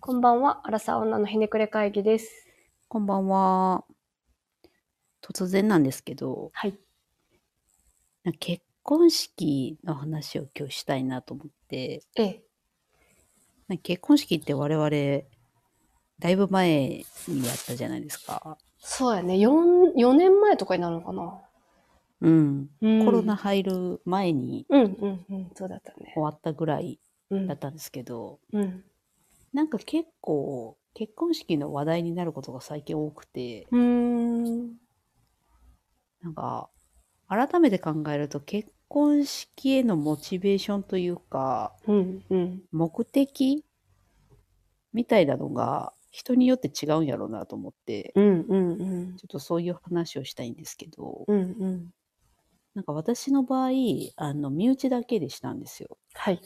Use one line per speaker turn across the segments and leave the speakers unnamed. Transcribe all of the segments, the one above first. こんばんは、アラサー女のひねくれ会議です。
こんばんは。突然なんですけど、
はい。
なんか結婚式の話を今日したいなと思って、
ええ、
なんか結婚式って我々、だいぶ前にやったじゃないですか。
そうやね。4、4年前とかになるのかな。
うん。
うん
コロナ。入る前に
うんうんうん、そうだったね。
終わったぐらい
うん
だっ。たんですけど、
うん。
なんか結構、結婚式の話題になることが最近多くて、
うーん。
なんか、改めて考えると結婚式へのモチベーションというか、
うんうん。
目的みたいなのが人によって違うんやろうなと思って、
うんうんうん。
ちょっとそういう話をしたいんですけど、
うんうん。
なんか私の場合、あの、身内だけでしたんですよ。
はい。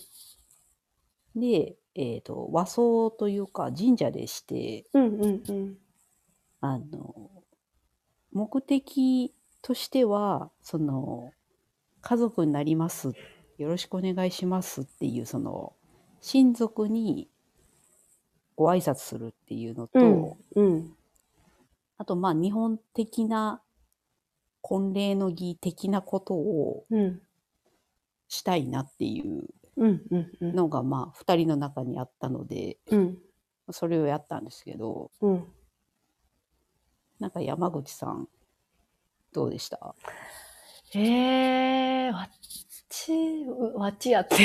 で、えっ、と、和装というか神社でして、
うんうんうん。
あの、目的としては、その、家族になります、よろしくお願いしますっていう、その、親族にご挨拶するっていうのと、
うんうん。
あと、まあ、日本的な婚礼の儀的なことを
うん
したいなっていう
うんうんうん。
のが、まあ、二人の中にあったので、
うん
それをやったんですけど、
うん。
なんか山口さん、どうでした
ええわっち、うわっちやって。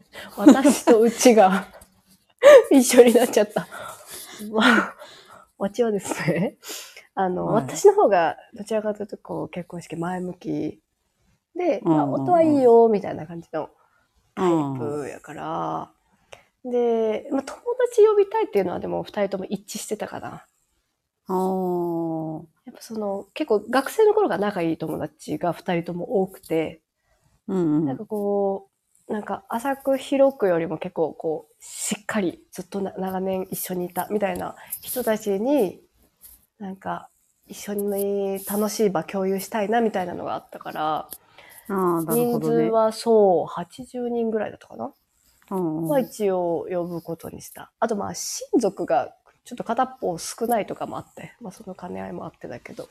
私とうちが 一緒になっちゃった。 わ、わちはですね、あの、
はい
私の方がどちらかというとこう結婚式前向きで、まあ、
うんうんうん
音はいいよ、みたいな感じの
う
タイプやから、で、まあ、友達呼びたいっていうのはでも二人とも一致してたかな。
あー
やっぱその、結構学生の頃が仲いい友達が二人とも多くて、
うんう
なん
ん。
かこう、なんか浅く広くよりも結構こう、しっかりずっとな長年一緒にいたみたいな人たちに、なんか一緒に楽しい場共有したいなみたいなのがあったから、
ああ、なるほ
人数
どね。
はそう、80人ぐらいだったかな、
うんうん
は一応呼ぶことにした。あとまあ親族がちょっと片っぽ少ないとかもあって、まあその兼ね合いもあってだけど、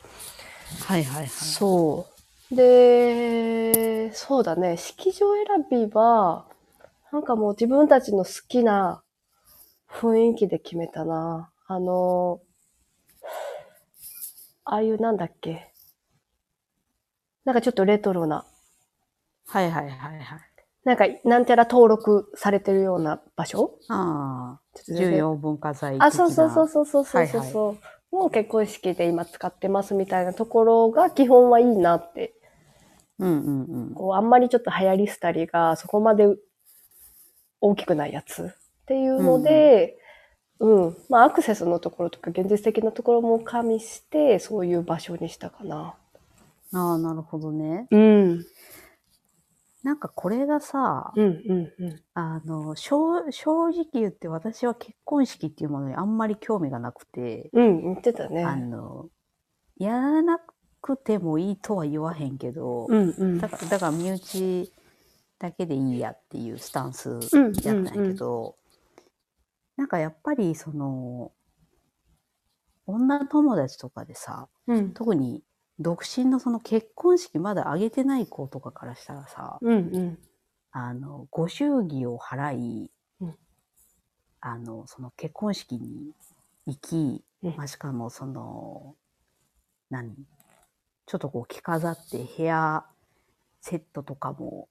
はいはいはい。
そう。で、そうだね、式場選びは、なんかもう自分たちの好きな雰囲気で決めたな。あの、ああいうなんだっけ。なんかちょっとレトロな、
はいはいはいはい。
なんかなんてら登録されてるような場所
ああ、
ちょっと全然
重要文化財的な。
あ、そうそうそうそうそうそうそう。
はい
もう結婚式で今使ってますみたいなところが基本はいいなって
うんうんうん。
こう、あんまりちょっと流行りしたりが、そこまで大きくないやつっていうので、うん、まあ、アクセスのところとか、現実的なところも加味して、そういう場所にしたかな。
ああ、なるほどね。
うん。
なんかこれがさ、
うん、うん、うん。
あの正正直言って私は結婚式っていうものにあんまり興味がなくて、
うん、言ってたね。
あのやらなくてもいいとは言わへんけど、
うん、うん。
だからだから身内だけでいいやっていうスタンス
う
や
ん、
ったんやけど、なんかやっぱりその女友達とかでさ
うん、うん。
特に独身のその結婚式まだ挙げてない子とかからしたらさ、
うん、うん。
あの、ご祝儀を払い、
うん
あの、その結婚式に行き、
うん
まあ、しかもその、何ちょっとこう着飾って部屋セットとかも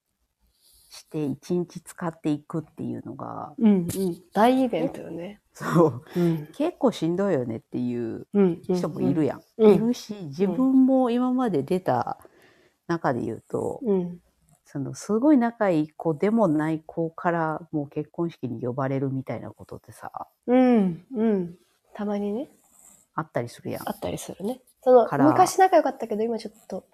して一日使っていくっていうのが、
うん、うん。大イベントよね。
そう、
うん。
結構しんどいよねっていう
うん。
人もいる。やん。
うん
いるし、自分も今まで出た中で言うと、
うん。
そのすごい仲いい子でもない子からもう結婚式に呼ばれるみたいなことってさ
うん、うん。たまにね、
あったりするやん。
あったりするね。その、
から
昔仲良かったけど、今ちょっと、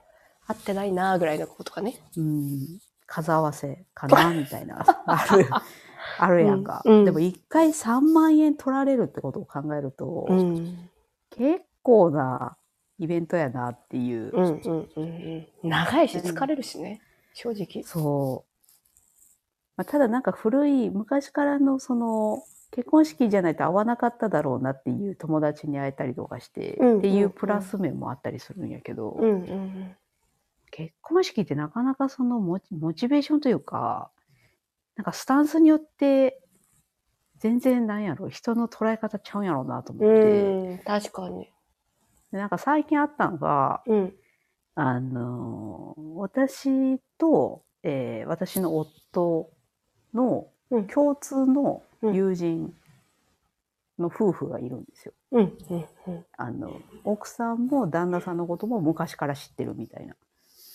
会ってないなーぐらいのことかね。
うん数合わせかなみたい なあるあるやんか。
うんうん
でも一回3万円取られるってことを考えると、
うん。
結構なイベントやなっていう、
うんうんうんうん。長いし疲れるしね、正直。
そう、まあ、ただなんか古い昔からのその結婚式じゃないと会わなかっただろうなっていう友達に会えたりとかして、
うん
ってい
んう
うんプラス面もあったりするんやけど、
うんうん
結婚式ってなかなかそのモチモチベーションというか、なんかスタンスによって、全然なんやろ、人の捉え方ちゃうんやろうなと思
う
って、
ん。うん、確かに。
でなんか最近あったのが、
うん。
あのー私と、えー私の夫の
うん
共通の
うん
友人の夫婦がいるんですよ。
うんうんうん。
あの奥さんも旦那さんのことも昔から知ってるみたいな。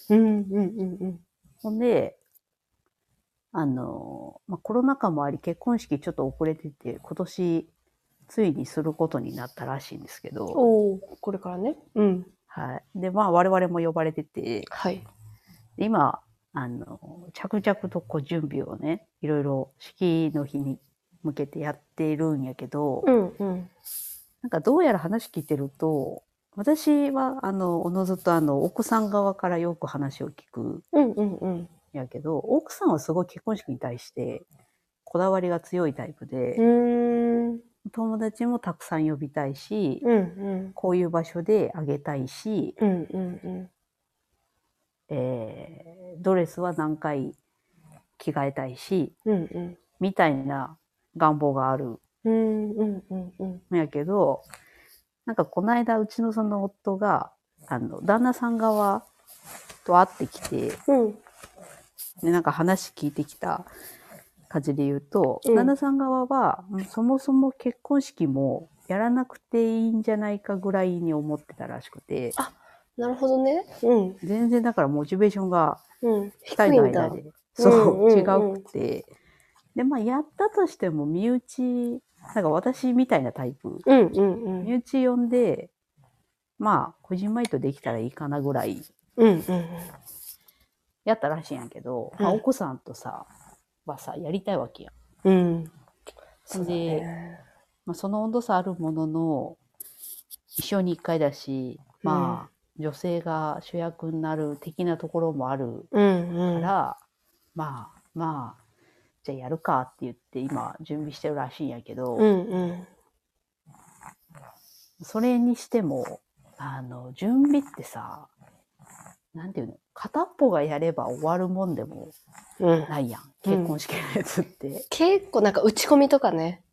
うんうんうんうん。
ほんで、あのーまあ、コロナ禍もあり結婚式ちょっと遅れてて今年ついにすることになったらしいんですけど、
おお、これからね。うん。
はい、でまあ我々も呼ばれてて、
はい。
で今あの着々とこう準備をねいろいろ式の日に向けてやってるんやけど、
うんうん。
なんかどうやら話聞いてると私はあのおのずとあの奥さん側からよく話を聞くん
うんうんうん。
やけど奥さんはすごい結婚式に対してこだわりが強いタイプで、
うーん。
友達もたくさん呼びたいし、
うんうん。
こういう場所であげたいし、
うんうんうん。
えードレスは何回着替えたいし
うんうん。
みたいな願望がある
うんうんうんうん。
んやけど、なんかこの間うちのその夫が、あの、旦那さん側と会ってきて、
うん
で、なんか話聞いてきた感じで言うと、
うん
旦那さん側は、うんそもそも結婚式もやらなくていいんじゃないかぐらいに思ってたらしくて、
なるほどね。うん
全然だからモチベーションが
うん。
二
低い
人の
ん
間
だ。
で、そう、
うんうん
違うくて、で、まあ、やったとしても身内、なんか私みたいなタイプ
うんうんうん。
身内呼んで、まあ、こじんまりとできたらいいかなぐらい
うんうん
やったらしいんやけど、
うん
まあ、お子さんとさ、はさ、やりたいわけやん。
うん。うん。そうだ
で
ね。
まあ、その温度差あるものの、一生に一回だし、まあ、女性が主役になる的なところもある
うんう
か
ん。
ら、まあ、まあ、じゃあやるかって言って今準備してるらしいんやけど、
うんうん。
それにしても、あの、準備ってさ、なんていうの、片っぽがやれば終わるもんでも
うん。
ないやん。
うん
結婚式のやつって。
結構なんか打ち込みとかね、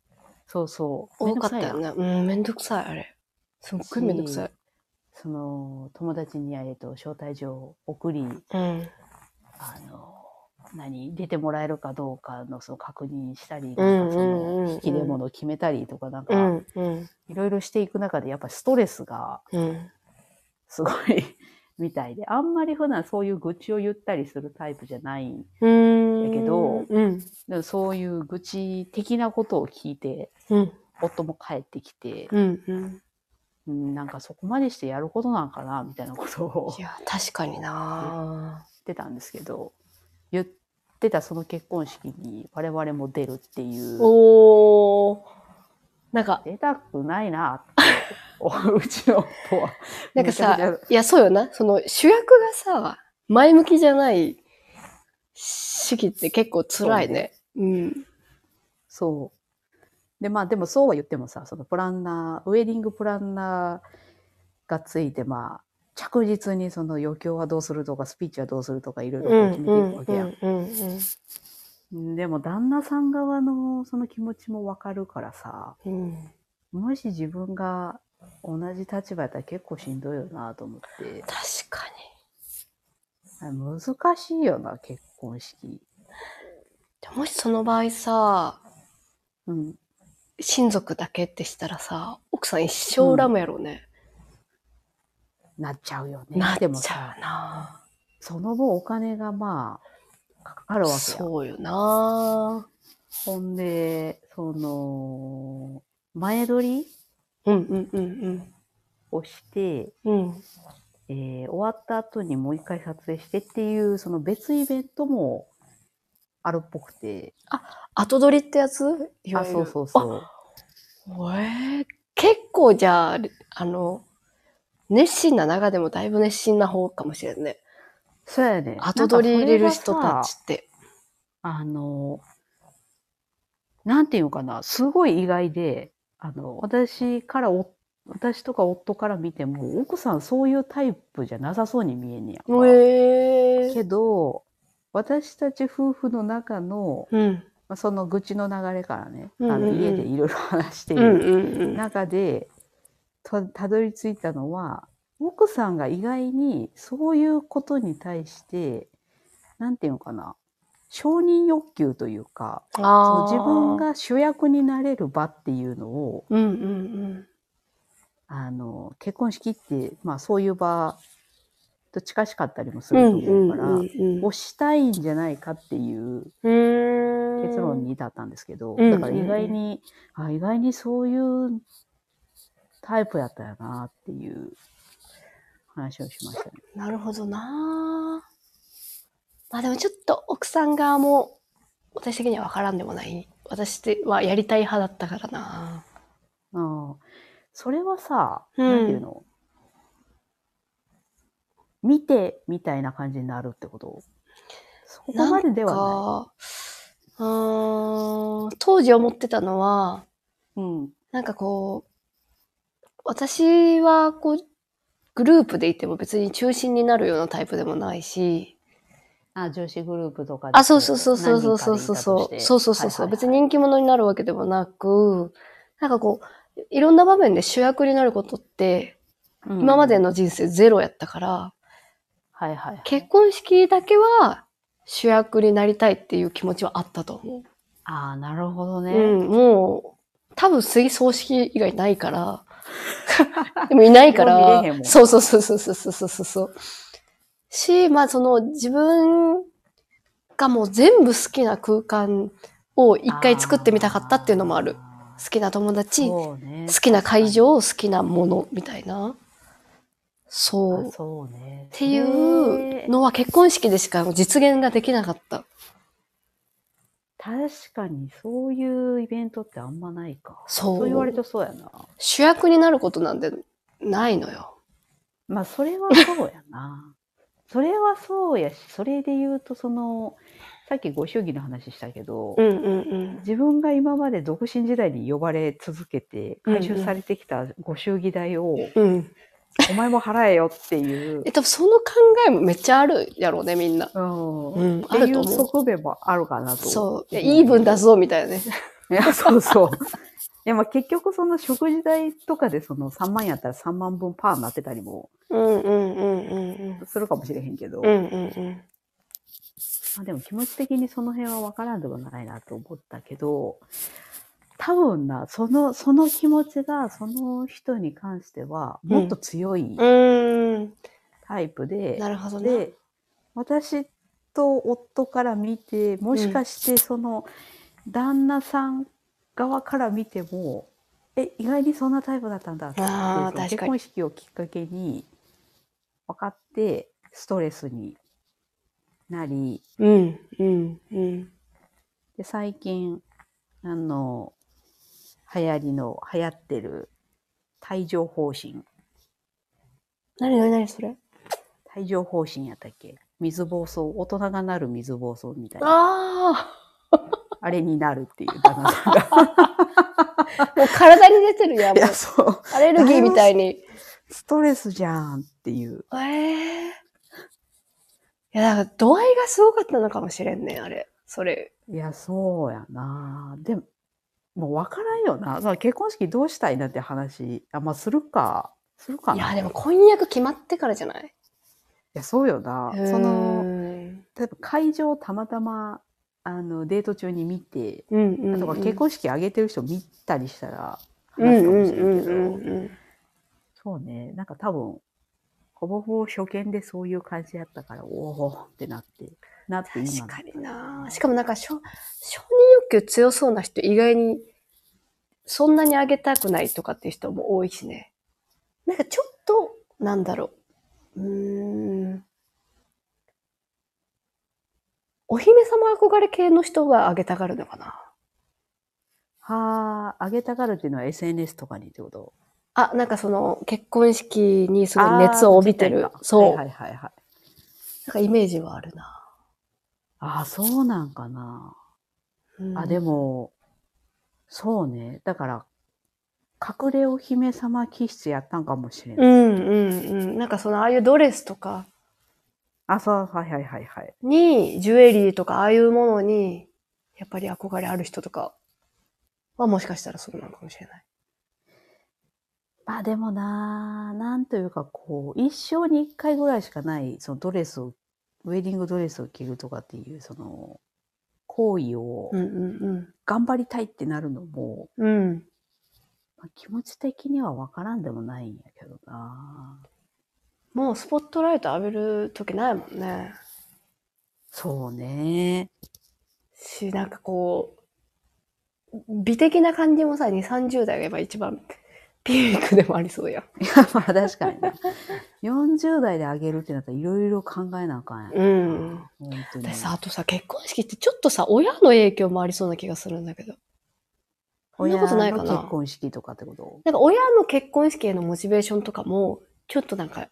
そうそう。
多かったよ
めんどくさいやん。
ね。うん、めんどくさい、あれ。すっごいめんどくさい。
その、友達に、えっと、招待状を送り、
うん。
あの、何出てもらえるかどうかのその確認したり、
う
なん
ん
か
う
そ
んうん
の、引き出物を決めたりとか、なん
う
か、
んうん
いろいろしていく中で、やっぱりストレスが
うん。
すごいみたいで、あんまり普段そういう愚痴を言ったりするタイプじゃない
うん。
やけど
うん。
でもそういう愚痴的なことを聞いて、
うん。
夫も帰ってきて、
うんうん。
うんなんかそこまでしてやることなんかな、みたいなことを
いや、確かにな
言ってたんですけど、言ってたその結婚式に我々も出るっていう、
おー。なんか、
出たくないな、って、うちの夫は。
なんか
めちゃ
さ
くち、
いや、そうよな。その主役がさ、前向きじゃない式って結構辛いね。うん。
そう。で、まあでもそうは言ってもさ、そのプランナー、ウェディングプランナーがついて、まあ、着実にその余興はどうするとか、スピーチはどうするとか、いろい
う
ろこうん決め
う
てい
ん
くわ
う
けやん
んうん
でも旦那さん側のその気持ちもわかるからさ、
うん。
もし自分が同じ立場やったら結構しんどいよなと思って、
確かに。
あ難しいよな、結婚式。
でもしその場合さ、
うん。
親族だけってしたらさ、奥さん一生恨むやろうね。
なっちゃうよね。
なっち
でも
ゃ
さ、
うな
その分お金がまあ、かかるわけやん。
そうよな
ほんで、その、前撮り
うんうんうん
をして、
うん。うん。
えー終わった後にもう一回撮影してっていう、その別イベントもあるっぽくて。
後取りってやつい
あ、
わゆる
そうそうそう。
あえー結構じゃあ、あの、熱心な中でもだいぶ熱心な方かもしれんね。
そうやね。
後取り入れる人
なん
た
かそれが
ち
さ。
って。
あの、なんていうのかな、すごい意外で、あの、私からお、私とか夫から見ても、奥さんそういうタイプじゃなさそうに見えんねやんか。
ええ
けど、私たち夫婦の中の、
うん。
まあその愚痴の流れからね、
うんうん
あ
うん
の家でいろいろ話して
うん
る
うんうん。
中で、とたどり着いたのは、奥さんが意外にそういうことに対して、なんていうのかな、承認欲求というか、その
あー
自分。が主役になれる場っていうのを、
うんうん
あの、結婚式って、まあそういう場と近しかったりもす
うん。う
る
んう
と思うんから、
うん
押したいんじゃないかっていう
うん。
結論に至ったんですけど、
うん
だから意外に、あ、意外にそういうタイプやったよなっていう話をしましたね。
なるほどなぁまあでもちょっと奥さん側も私的には分からんでもない。私はやりたい派だったからな
ああそれはさ、
うん
なんていうの見てみたいな感じになるってことそこまで
なん
ではない。
かうーん当時思ってたのは、
うん。
なんかこう、私はこう、グループでいても別に中心になるようなタイプでもないし、
あ、女子グループとかで
あ、そうそうそうそうそうそうそうそう。
何人かでいたとして
そうそうそうそう。
はいはいはい
別に人気者になるわけでもなく、なんかこう、いろんな場面で主役になることって、
うん
今まで、の人生ゼロやったから、
はいはいはい、
結婚式だけは主役になりたいっていう気持ちはあったと思
ああ、なるほど
う。
ね。
うん、もう、多分水葬式以外ない から、でもいないか
もう
ら
見れへんも、ん
そうそうそうそうそうそうそうそう。し、まあその自分がもう全部好きな空間を一回作ってみたかったっていうのもある。
あー。
好きな友達、好
そうね
きな会場、好きなものみたいな。そ
あ
う。
そうね。
っていうのは結婚式でしか実現ができなかった。
確かにそういうイベントってあんまないか。
そう。
そう言われるとそうやな。
主役になることなんてないのよ。
まあ それはそうやな。それはそうやし、それで言うとその、さっきご祝儀の話したけど、
うんうんうん。
自分が今まで独身時代に呼ばれ続けて、
うんうん
回収されてきたご祝儀代を、
うん。
お前も払えよっていう
え、、多分その考えもめっちゃあるやろうね、みんな。
うん
う。ん、
っ
あ
て
る
い
と
う
思う。
側面もあるかなと。
そう。いやいい分出すぞ、みたいなね。
いや、そうそう。でも結局その食事代とかでその3万やったら3万分パーになってたりも
うんうんうんうんうん。
するかもしれへんけど、
う
ま
んうんうん。
あでも気持ち的にその辺はわからんでもないなと思ったけど、多分な、その、その気持ちがその人に関してはもっと強い
うん。
タイプで、
なるほどね。
で、私と夫から見て、もしかしてその、旦那さん側から見ても、え、意外にそんなタイプだったんだって、そ
あー
の
確かに
結婚式をきっかけに分かって、ストレスになり、
うんうんうん。
で、最近、あの、流行りの、流行ってる、帯状疱疹。
なになになにそれ
帯状疱疹やったっけ水暴走、大人がなる水暴走みたいな。
あ
あれになるっていう旦那 さんが。
あもう体に出てるやん。
い
もう
や、そう。
アレルギーみたいに。
ストレスじゃんっていう。
ええいや、だから度合いがすごかったのかもしれんね、あれ。それ。
いや、そうやな。でも、もう分からんよな。その結婚式どうしたいなって話、あ、まあ、するか。するか
い
な。
や、
い
でも婚約決まってからじゃない
や、そうよな。その、
うん
例えば会場をたまたま、あの、デート中に見て、
うんうんうん。
とか結婚式挙げてる人見たりしたら、
うん
話すか
うん
も
う
しれん
んう
けど、
んうん。
そうね。なんか多分、ほぼほぼ初見でそういう感じやったから、おおってなって、なって
確
今だ
か
った
になしかもなんか、承承認欲求強そうな人意外に、そんなにあげたくないとかっていう人も多いしね。なんかちょっと、なんだろう。うーん。お姫様憧れ系の人はあげたがるのかな
はあ、あげたがるっていうのは SNS とかにってこと
あ、なんかその、結婚式にすごい熱を帯びてる。そう。
はいはいはいはい。
なんかイメージはあるな。
ああ、そうなんかな。あ、で
も。
も、そうね。だから、隠れお姫様気質やったんかもしれない。
うんうんうん。なんかそのああいうドレスとか
あ、そう、はいはいはいはい。
に、ジュエリーとかああいうものに、やっぱり憧れある人とかはもしかしたらそうなのかもしれない。
まあでもなあ、なんというかこう、一生に一回ぐらいしかない、そのドレスを、ウェディングドレスを着るとかっていう、その、行為を
うんうん
頑張りたいってなるのも、
うん。うん。
まあ気持ち的にはわからんでもないんやけどなあ。
もうスポットライト浴びる時ないもんね。
そうね。
し、なんかこう、美的な感じもさ、2、30代が今一番ピークでもありそうやん。
いや、 まあ確かにな。40代であげるってなったらいろいろ考えなあかんやん。
うん。
本当に。
でさ、あとさ、結婚式ってちょっとさ、親の影響もありそうな気がするんだけど。そんな
親
ことないか
の
な
結婚式とかってこと
なんか親の結婚式へのモチベーションとかも、ちょっとなんか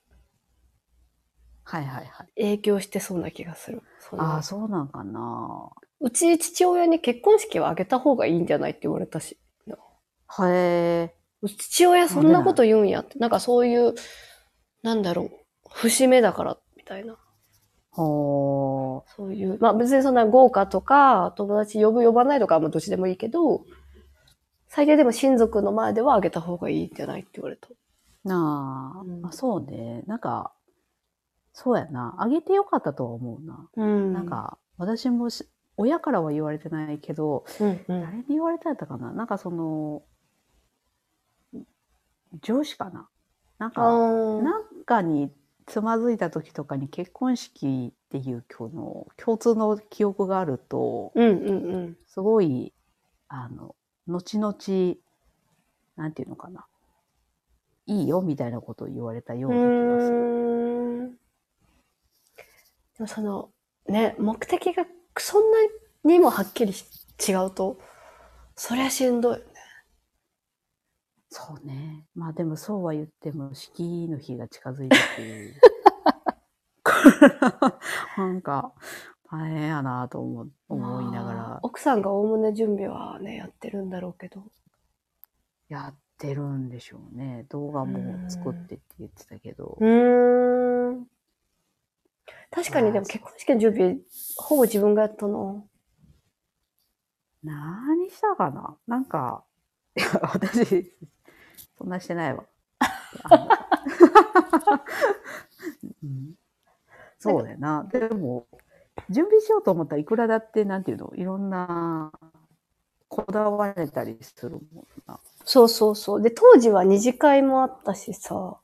はいはいはい。
影響してそうな気がする。その
ああ、そうなんかな。
うち父親に結婚式はあげた方がいいんじゃないって言われたし。
はえ
父親そんなこと言うんやって。なんかそういう、なんだろう、節目だから、みたいな。
ー。ほ
そういう、まあ別にそんな豪華とか、友達呼ぶ呼ばないとかはまあどっちでもいいけど、最低でも親族の前ではあげた方がいいんじゃないって言われた。
ー。なあ、
うん
まあそうね。なんか、そうやな。あげてよかったとは思うな。
うん
なん、か、私もし親からは言われてないけど、
うんうん
誰に言われたやったかななんかその、上司かななん
あ
か、
ー
なんかにつまずいた時とかに結婚式っていう今日の共通の記憶があると
うんうんうん。
すごいあの後々なんていうのかないいよみたいなことを言われたよう
う
な気がする。
ーん。でもその、ね、目的がそんなにもはっきり違うと、そりゃしんどい。
そうね。まあでもそうは言っても式の日が近づいてっていう。 なんか大変やなと思う思いなが
まあ
ら
奥さんがおおむね準備はね、やってるんだろうけど。
やってるんでしょうね。動画も作ってって言ってたけど。
うーん。確かにでも結婚式の準備、ほぼ自分がやったの。
何したかななんか、 いや、私、そんなしてないわ。あの うんそうだよな。でも、準備しようと思ったらいくらだって、なんていうのいろんな、こだわれたりするもんな。
そうそうそう。で、当時は二次会もあったしさ、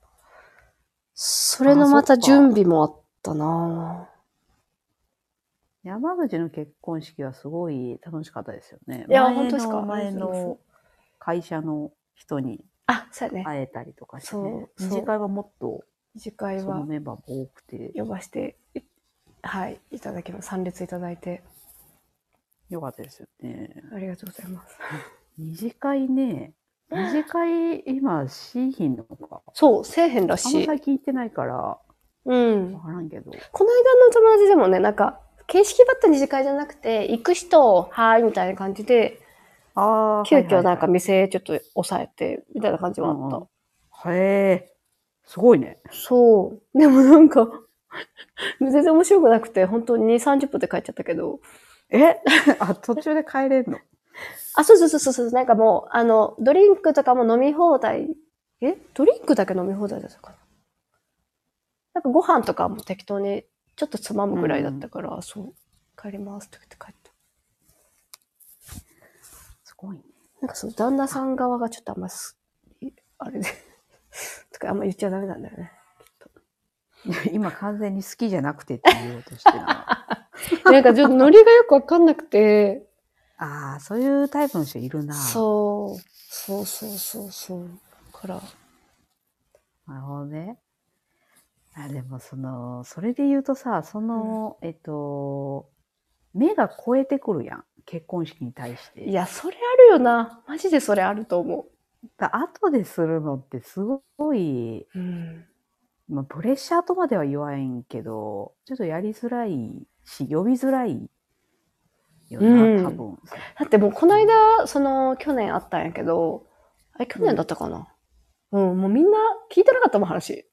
それのまた
あそっか
準備もあったなぁ
山口の結婚式はすごい楽しかったですよね。
いや
前の
本当ですか
前
そうそうそ
の会社の人に
あ、そうやね。
会えたりとかして、ね、
そう
二
そう
次会はもっと
二次会
その
は
メンバーも多くて
呼ばして、いはい、いただきます。参列いただいて、
よかったですよね。
ありがとうございます。
二次会ね、二次会今しいひんのか。
そう、せえへんら
あんま
しい。
最近行ってないから、わ
うん。
からんけど。
この間のお友達でもね、なんか、形式ばった二次会じゃなくて、行く人、はーい、みたいな感じで、
ああ
急遽なんか、店ちょっと抑えて、みたいな感じ
は
も
い
あ
は
っ
い
た。
はいうんうんへえ、すごいね。
そう。でもなんか、全然面白くなくて、本当に2、30分で帰っちゃったけど。
えあ、途中で帰れんの
あ、そうそうそうそうそう、なんかもう、あの、ドリンクとかも飲み放題。えドリンクだけ飲み放題だったかななんかご飯とかも適当に、ちょっとつまむぐらいだったから、そう、帰りますって言って帰った。
すごいね。
なんかその旦那さん側がちょっとあんま好きあれで、 とかあんま言っちゃダメなんだよ ね。
いや今完全に好きじゃなくてって言おうとして な。
なんかちょっとノリがよくわかんなくて、
ああ、そういうタイプの人いるな。
そう、そうそうそうそう。だから、
なるほどね。あ、でもその、それで言うとさ、その、えっと、目が超えてくるやん。結婚式に対して。
いや、それあるよな。マジでそれあると思
だ後でするのってすごい、
う。うん。
まあ、プレッシャーとまでは言わんけど、ちょっとやりづらいし、呼びづらいよな、多分。
だってもうこの間、その、去年あったんやけど、あれ去年だったかな、うん、もうみんな聞いてなかったもん、 話。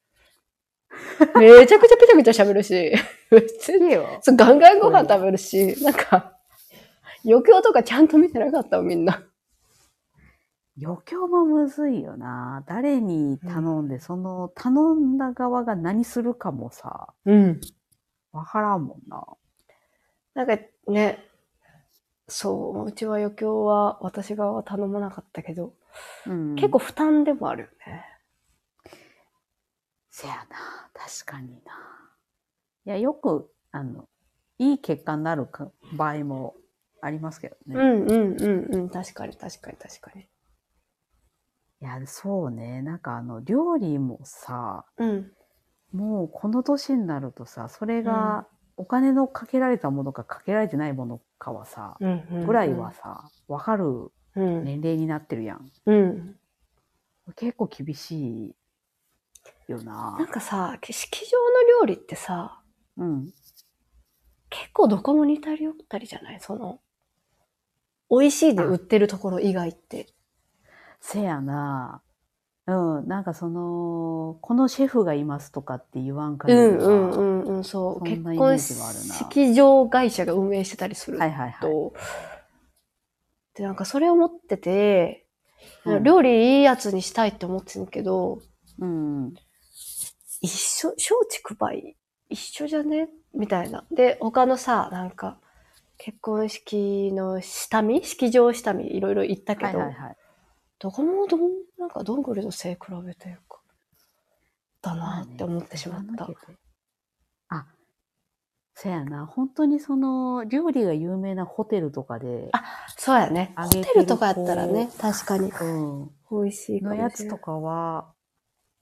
めちゃくちゃぺちゃぺちゃ喋るし、別に、
でよ。
そうガンガンご飯食べるし、なんか、余興とかちゃんと見てなかったわみんな。
余興もむずいよな。誰に頼んで、その頼んだ側が何するかもさ、
うん。
わからんもんな。
なんかね、そう、うちは余興は私側は頼まなかったけど、
うん
結構負担でもあるよね。
せやな、確かにな。いや、よく、あの、いい結果になるか場合もありますけどね。
う
い
んうんうんうん、確かに確かに確かに。
や、そうね。なんかあの、料理もさ、
うん。
もうこの年になるとさ、それがお金のかけられたものかかけられてないものかはさ、
うんうんうん
ぐらいは、さ、わかる
うん。
年齢になってるやん。
うん。
結構厳しいよな
なん。かさ、け式場の料理ってさ、
うん。
結構どこも似たり寄ったりじゃないその、美味しいで売ってるところ以外って。
せやな。うん、なんかその、このシェフがいますとかって言わんか
う
りは
んうんうんうん、そう。
そ
結
んなイメ
婚
ージはあるな
式場会社が運営してたりする
はいはいはい。
と、で、なんかそれを持ってて、
うん
料理いいやつにしたいって思ってんけど、
うん。
一緒、松竹梅一緒じゃねみたいな。で、他のさ、なんか、結婚式の下見式場下見いろいろ行ったけ
はい
ど、
はいはい。
どこもどん、なんかどんぐりの背比べというか、だなって思ってしまった。
あ、せやな。本当にその、料理が有名なホテルとかで、
そうやね。
あ
ホ
げてる
テルとかやったらね、確かに。
うん。
美味しいかもしれな
のや
い。
つとかは、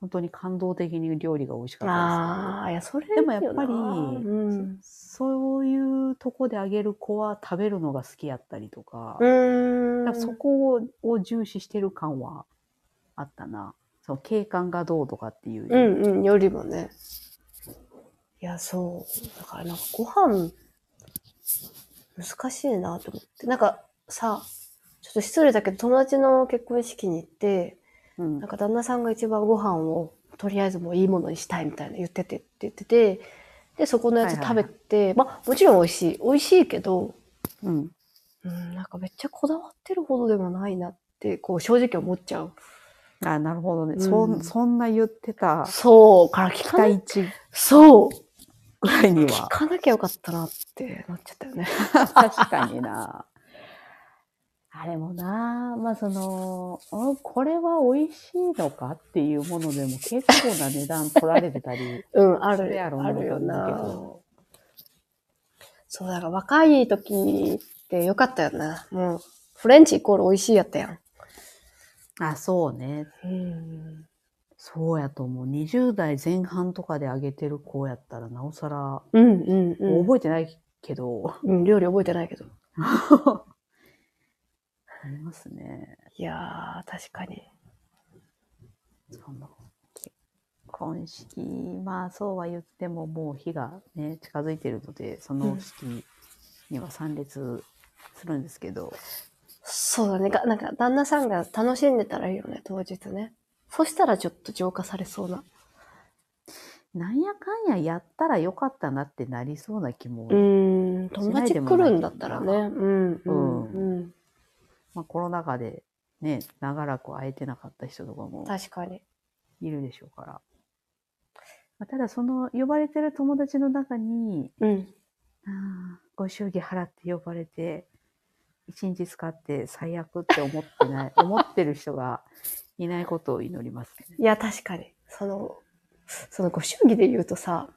本当に感動的に料理が美味しかった
ああ、いや、それ
で
いい
する。でもやっぱり、
よなうん。
そういうとこであげる子は食べるのが好きやったりとか、
うーん。
だからそこをを重視してる感はあったな。その景観がどうとかっていう。
うんうん、よりもね。いや、そう。だからなんかご飯、難しいなと思って。なんかさ、ちょっと失礼だけど、友達の結婚式に行って、
うん
なんか旦那さんが一番ご飯を、とりあえずもういいものにしたいみたいな言っててって言ってて、で、そこのやつ食べて、まあ、もちろん美味しい。美味しいけど、
うん
うん、なんかめっちゃこだわってるほどでもないなって、こう正直思っちゃう。
あなるほどね、
うん
そん。そんな言ってた
そう、から聞
期
かない。
待値
そう。
ぐらいに
聞
は。
かなきゃよかったなってなっちゃった よね。
確かにな。あれもな、まあその、うんこれは美味しいのかっていうものでも結構な値段取られてたり
うん、あ
する
る。
やろう
あるよ
と思うけ
な。
ど。
そう、だから若い時ってよかったよな。もう、フレンチイコール美味しいやったやん。
あ、そうね。
うん。
そうやと思う。20代前半とかであげてる子やったらなおさら、
うんうんうん。
覚えてないけど、
うん、料理覚えてないけど。
ありますね。
いやー、確かに。
その結婚式、まあそうは言ってももう日がね、近づいてるので、その式には参列するんですけど、
そうだね。がなんか、旦那さんが楽しんでたらいいよね、当日ね。そしたらちょっと浄化されそうな。
なんやかんややったらよかったなってなりそうな気も、
うん、友達来るんだったらね。
しな
うん、うん、
う
うん。
まあコロナ禍でね、長らく会えてなかった人とかも
確かに。
いるでしょうから。まあ、ただその呼ばれてる友達の中に、
うん。
ああ、ご祝儀払って呼ばれて、一日使って最悪って思ってない、 思ってる人がいないことを祈りますね。
いや、確かに。その、そのご祝儀で言うとさ、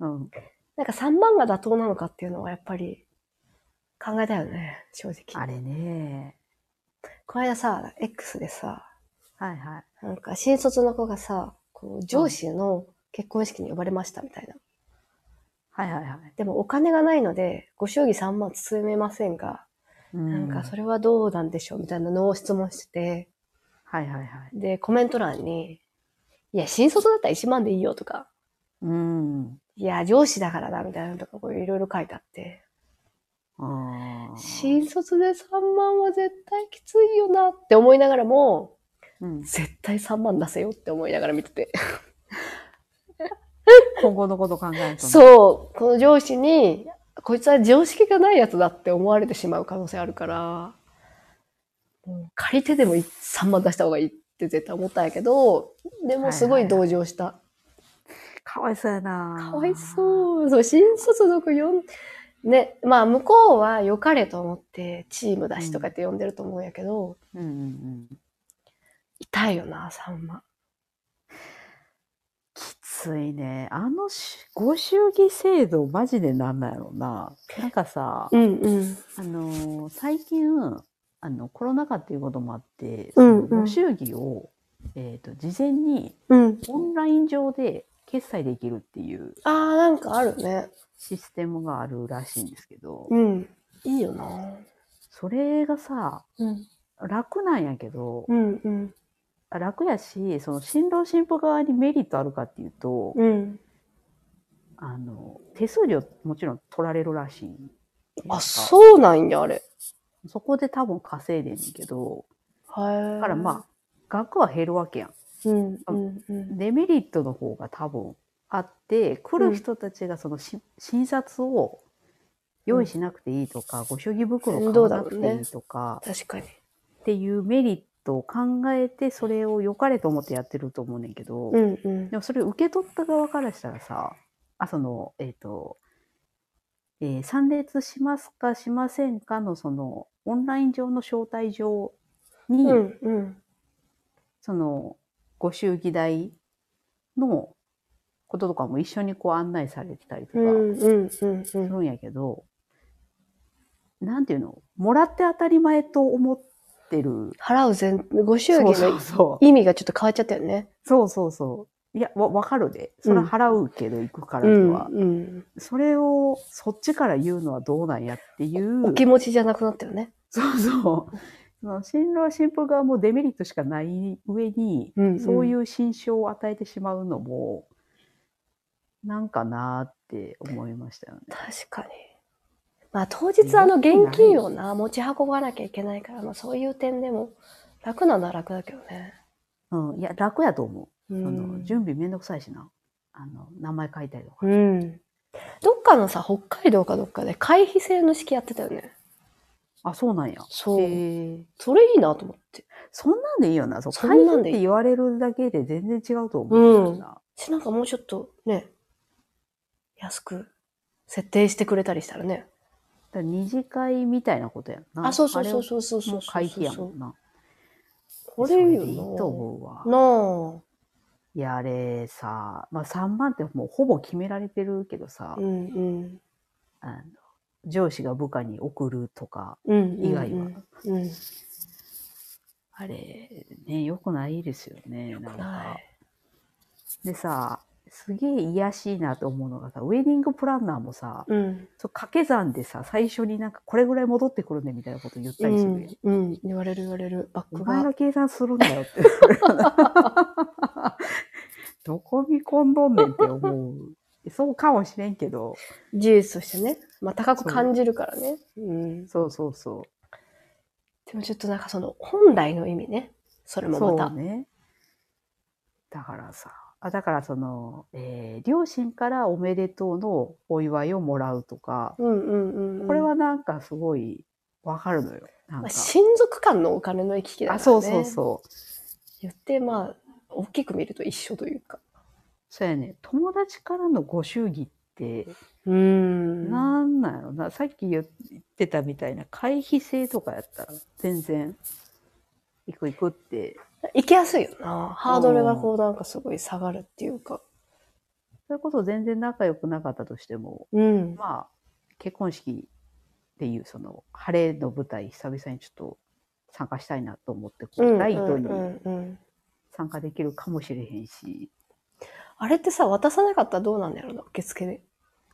うん。
なんか3万が妥当なのかっていうのはやっぱり考えたよね、正直。
あれね。
この間さ、X でさ、
はいはい。
なんか新卒の子がさ、こう上司の結婚式に呼ばれましたみたいな。
はいはいはい。
でもお金がないので、ご祝儀3万包めませんが、なんかそ
れ。
れはどうなんでしょうみたいなのを質問して
はいはいはい。
て、で、コメント欄に、いや、新卒だったら1万でいいよとか、
うん。
いや、上司だからだみたいなのとか、こういろいろ書いてあって、
ああ。
新卒で3万は絶対きついよなって思いながらも、
うん、
絶対3万出せよって思いながら見てて。
今後のこと考えるとね、
そう、この上司に、こいつは常識がないやつだって思われてしまう可能性あるから、もう借りてでも3万出した方がいいって絶対思ったんやけど、でもすごい同情した。
かわいそうやな。
かわいそう。そう、新卒族呼ん、ね、まあ向こうは良かれと思ってチームだしとかって呼んでると思うんやけど、
うんうんうん。
痛いよな、さんま。
きついね。あのしご祝儀制度、マジでなんなんやろうな。なんかさ、
うんうん。
あのー最近、あの、コロナ禍っていうこともあって、
うんうん
そのご祝儀を、えっ、と、事前に
うん。
オンライン上で決済できるっていう
ああ、なんかあるね。
システムがあるらしいんですけど、
うん。いいよな。
それがさ、
うん。
楽なんやけど、
うんうん。
楽やし、その新郎新婦側にメリットあるかっていうと、
うん。
あの、手数料もちろん取られるらしい。
あ、そうなんや、あれ。
うそこで多分稼いでんねんけど、
はい。
だからまあ、額は減るわけやん。
あ、うんうんうん。
デメリットの方が多分あって、来る人たちがそのし、診察を用意しなくていいとか、ご祝儀袋
ど
を
う
買
だろ
わなく
うね
ていいとか、
確かに。
っていうメリットを考えて、それを良かれと思ってやってると思うねんけど、
うんうん
で。もそれを受け取った側からしたらさ、あ、その、えっ、と、えー参列しますかしませんかのそのオンライン上の招待状に、
うんうん。
そのご祝儀代のこととかも一緒にこう案内されてたりとか
う
す
んうんうんう
る
ん。
んやけど、なんていうのもらって当たり前と思ってる。
払う全、ご祝儀
そう
の
そう
意味がちょっと変わっちゃったよね。
そうそうそう。いや、わ、わかるで。それは払うけど行くから
う
と
ん
は。
うん。
それをそっちから言うのはどうなんやっていう。
お気持ちじゃなくなったよね。
そうそう。その新郎新婦側もデメリットしかない上に、
うんうん
そういう心象を与えてしまうのも、なんかなーって思いましたよね。
確かに。まあ当日あの現金をな、持ち運ばなきゃいけないから、まあそういう点でも楽なのは楽だけどね。
うん。いや、楽やと思
う
う。あ
ん
の、。準備めんどくさいしな。あの、名前書いたりとか。
うん。どっかのさ、北海道かどっかで回避制の式やってたよね。
あ、そうなんや。
そう
へー
それいいなと思って。
そんなんでいいよな。そう、
そ
会
んなんで
議っ
いい
て言われるだけで全然違うと思うんだよな。
し、なんかもうちょっとね、安く設定してくれたりしたらね。
だから二次会みたいなことやんな。
あ、そうそうそう
う。
そうそうそう
もう会費やもんな。
これいい
そでいいと
よ
思うわ
な。。ない
や、あれさ、まあ3万ってもうほぼ決められてるけどさ、
あ。うんうん。
あの上司が部下に送るとか、
うんうんうん。
以外は
うん。
あれ、ね、良くないですよね。なん
な
か
い。
でさ、すげえ癒やしいなと思うのがさ、ウェディングプランナーもさ、
うん。
そう掛け算でさ、最初になんかこれぐらい戻ってくるねみたいなこと言ったりするやん。
うん、うん、言われる言われる。バッ
お
ク
前
が
が。計算するんだよって。 どこ見込んどんねんって思う。そうかもしれんけど、
事実としてね。まあ、高く感じるからね。うん。で
そうそうそう。
もちょっとなんかその、本来の意味ね。それもまた。
そうね。だからさ、あだからその、えー両親からおめでとうのお祝いをもらうとか、
うんうんうんうん。
これはなんかすごいわかるのよ。なん
まあ、。
か
親族間のお金の行き来だから、ね。
あ、そうそうそう。
言って、まあ、大きく見ると一緒というか。
そうやね。友達からのご祝儀って、
うんな
なんなんやろな。さっき言ってたみたいな回避制とかやったら、全然、行く行くって。
行きやすいよな。ハードルがこうなんかすごい下がるっていうか。
それこそ全然仲良くなかったとしても、
うん。
まあ、結婚式っていうその晴れの舞台久々にちょっと参加したいなと思ってこう、
うん
ライト
うん
に
うんうん
参加できるかもしれへんし
あれってさ、渡さなかったらどうなんだろうな、受付で。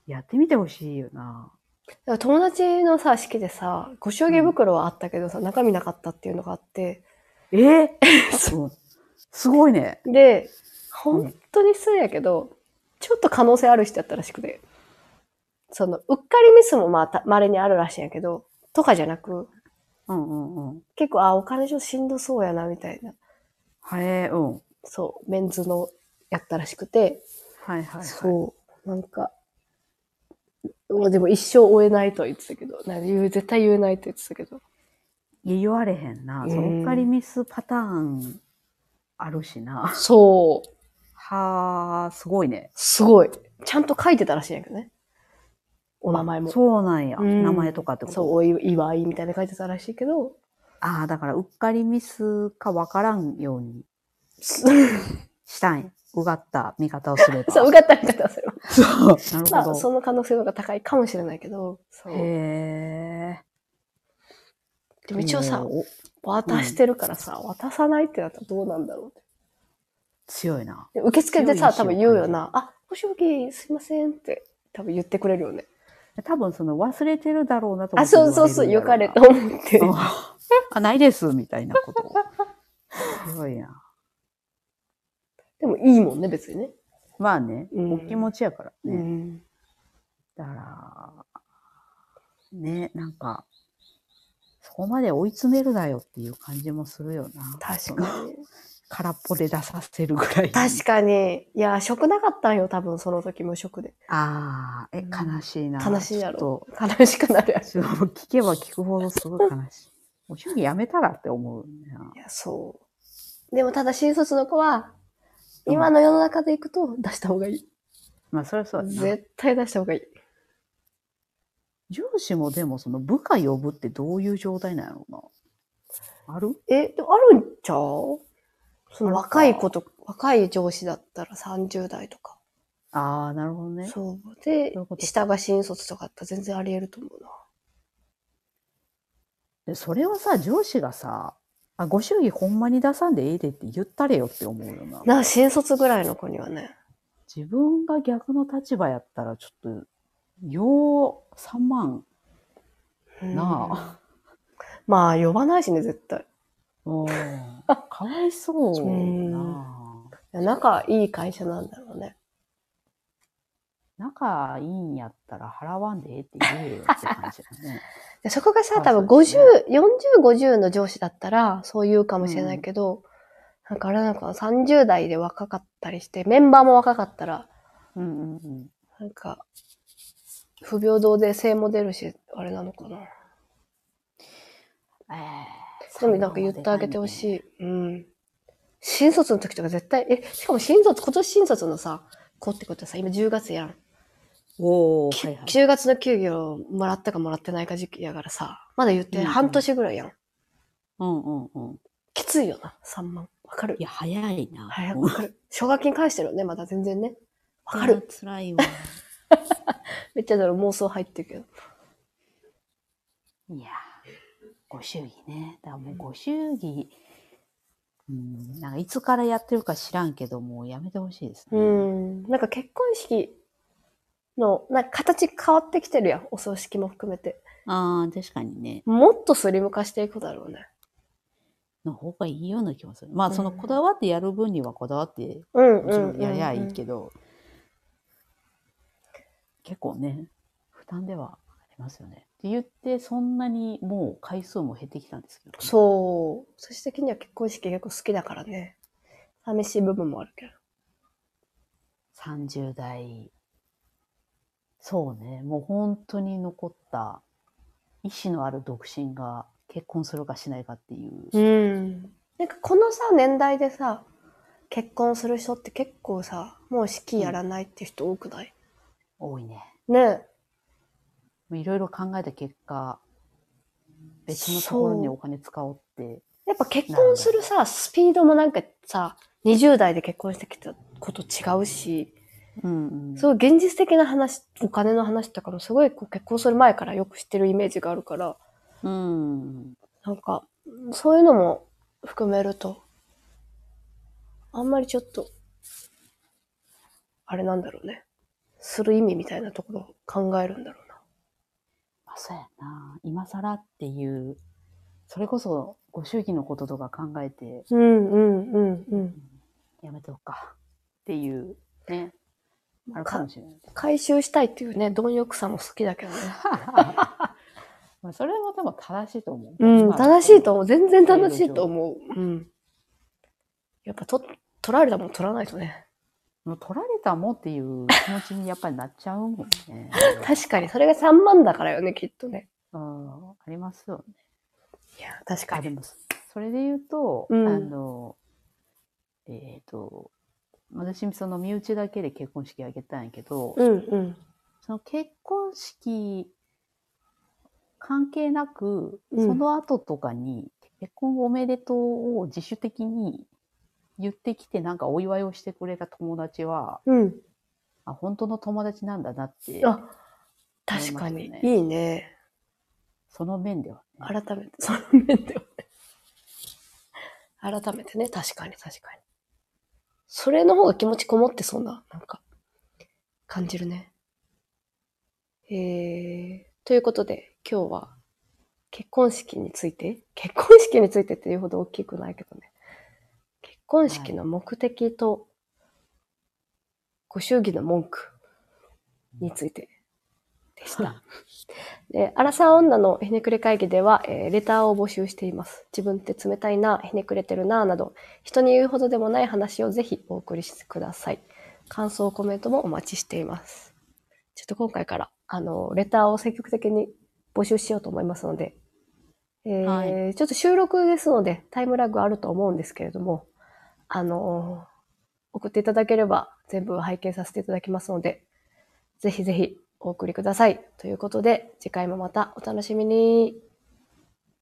やってみてほしいよな
だから友達のさ、式でさ、ご祝儀袋はあったけどさ、中身なかったっていうのがあって、
えー、そうすごいね
で、本当に失礼やけど、ちょっと可能性ある人やったらしくて、その、うっかりミスもまあた、稀にあるらしいんやけど、とかじゃなく、
うんうんうん。
結構、あ、お金ちょっとしんどそうやな、みたいな。
はい、うん。
そう、メンズのやったらしくて、
はいはい、はい。
そう、なんか、もうでも一生追えないとは言ってたけど、なんか言う絶対言えないと言ってたけど。
いや言われへんな。
うん
そのうっかりミスパターンあるしな。
そう、
はあ、すごいね。
すごい。ちゃんと書いてたらしいんやけどね。お名前も。
あそうなんや。
うん
名前とかってこと
そう、お祝いみたいな書いてたらしいけど、
ああ、だからうっかりミスかわからんように したんや。うがった見方をすれば。
そう、受かったり方をする。
そうなる
ま
ほ
あ、
ど。
その可能性の方が高いかもしれないけど、そう。
へえ。
でも一応さ、
お
渡してるからさ、渡さないってなったらどうなんだろうって
強いな。
で受付でさ、多
強い
分
意志
言
を
うよな、あ、もしもし、すいませんって、多分言ってくれるよね。
多分その忘れてるだろうなと思
あ、
って
そうそうそう、
言
よ
わ
か
れ
れ
る
と思って。
やろう な。あ、ないです、みたいなことを。強いな。
でもいいもんね、別にね。
まあね、
うん
お気持ちやからね。
うん。
だから、ね、なんか、そこまで追い詰めるなよっていう感じもするよな。
確
その。
かに。
空っぽで出させるぐらい。
確かに。いや、食なかったんよ、多分その時無食で。
ああ、え、悲しいな。
悲しいや
ち
ろ。
ょ
悲しくなるや
っと。ちょっと聞けば聞くほどすごい悲しい。お趣味やめたらって思うな。
いや、そう。でも、ただ、新卒の子は、
うん
今の世の中でいくと出した方がいい。
まあ、それはそうやな。
絶対出した方がいい。
上司もでも、その部下呼ぶってどういう状態なんやろうな。ある
え、でもあるんちゃうそ
あ
の
るか
若い子と、若い上司だったら30代とか。
ああ、なるほどね。
そう。で
そういうこと、か
下が新卒とかだったら全然あり得ると思うな。
でそれをさ、上司がさ、あ、ご祝儀ほんまに出さんでええでって言ったれよって思うよな。
な、新卒ぐらいの子にはね。
自分が逆の立場やったら、ちょっと、よう3万
うん
な
まあ、呼ばないしね、絶対。
あ。うんかわいそうやな。
いや仲いい会社なんだろうね。
仲いいんやったら払わんでええって言えよって感じだ ね。
でそこがさ、
まあ
多分
そうですね
50、40、50の上司だったら、そう言うかもしれないけど、なんかあれなのかな、30代で若かったりして、メンバーも若かったら、
うんうんうん。
なんか、不平等で性も出るし、あれなのかな。
ええ
でもなんか言ってあげてほ
い。
しい。うん。新卒の時とか絶対、え、しかも新卒、今年新卒のさ、子ってことはさ、今10月やん。
おお、はいはい。
10月の給料もらったかもらってないか時期やからさ、まだ言って
うんうん
半年ぐらいやん。
うんうんうん。
きついよな、3万。わかる
いや、早いな。
はい、
うん
わかる。奨学金返してるよね、まだ全然ね。わか
これは
る。
辛いわ。
めっちゃだろ、妄想入ってるけど。
いやー、ご祝儀ね。だからもうご祝儀、うん、なんかいつからやってるか知らんけど、もうやめてほしいです
う
ね。
ん。なんか結婚式の、なんか形変わってきてるやん、お葬式も含めて。
ああ、確かにね。
もっとスリム化していくだろうね。
の方がいいような気もする。まあ、
うん
そのこだわってやる分にはこだわって、
うん
もちろんやりゃいい
ど。
けど、結構ね、負担ではありますよね。って言って、そんなにもう回数も減ってきたんですけど、
そう。私的には結婚式結構好きだからね。寂しい部分もあるけど。
30代、そうね、もう本当に残った、意志のある独身が結婚するかしないかっていう。
うん。なんかこのさ、年代でさ、結婚する人って結構さ、もう式やらないっていう人多くない、
多いね。
ね
もういろいろ考えた結果、別のところにお金使おうって。
やっぱ結婚するさ、スピードもなんかさ、20代で結婚してきたこと違うし、
うんうん
すごい現実的な話、お金の話とかもすごいこう結婚する前からよくしてるイメージがあるから、
うん。
なんか、そういうのも含めると、あんまりちょっと、あれなんだろうね。する意味みたいなところを考えるんだろうな。
まあ、そうやな。今更っていう、それこそご祝儀のこととか考えて、
うんうんうんうん。
やめとくかっていうね、あるかもしれないです
回収したいっていうね、貪欲さも好きだけどね。
まあそれも多分正しいと思う。
うん、
まあ
正しいと思う。全然正しいと思う。うん。やっぱと、取られたもん取らないとね。
もう取られたもんっていう気持ちにやっぱりなっちゃうもん ね。
確かに、それが3万だからよね、きっとね。
うん、ありますよね。
いや、確か
あ、
に。
でも、それで言うと、
うん
あの、えっ、と、私、その身内だけで結婚式あげたんやけど、
うんうん。
その結婚式関係なく、
うん
その後とかに、結婚おめでとうを自主的に言ってきて、なんかお祝いをしてくれた友達は、
うん。
あ、本当の友達なんだなって、
あ、確かに。
思いましたね
いいね。
その面では、ね。
改めて、その面ではね。改めてね、確かに確かに。それの方が気持ちこもってそうな、なんか、感じるね。えー、ということで、今日は、結婚式について結婚式についてっていうほど大きくないけどね。結婚式の目的と、ご祝儀の文句についてでした。で、アラサー女のひねくれ会議では、えーレターを募集しています。自分って冷たいな、ひねくれてるな、など、人に言うほどでもない話をぜひお送りしてください。感想、コメントもお待ちしています。ちょっと今回から、あの、レターを積極的に募集しようと思いますので、えー
は
ちょっと収録ですので、タイムラグあると思うんですけれども、あのー送っていただければ全部拝見させていただきますので、ぜひぜひお送りください。ということで、次回もまたお楽しみに。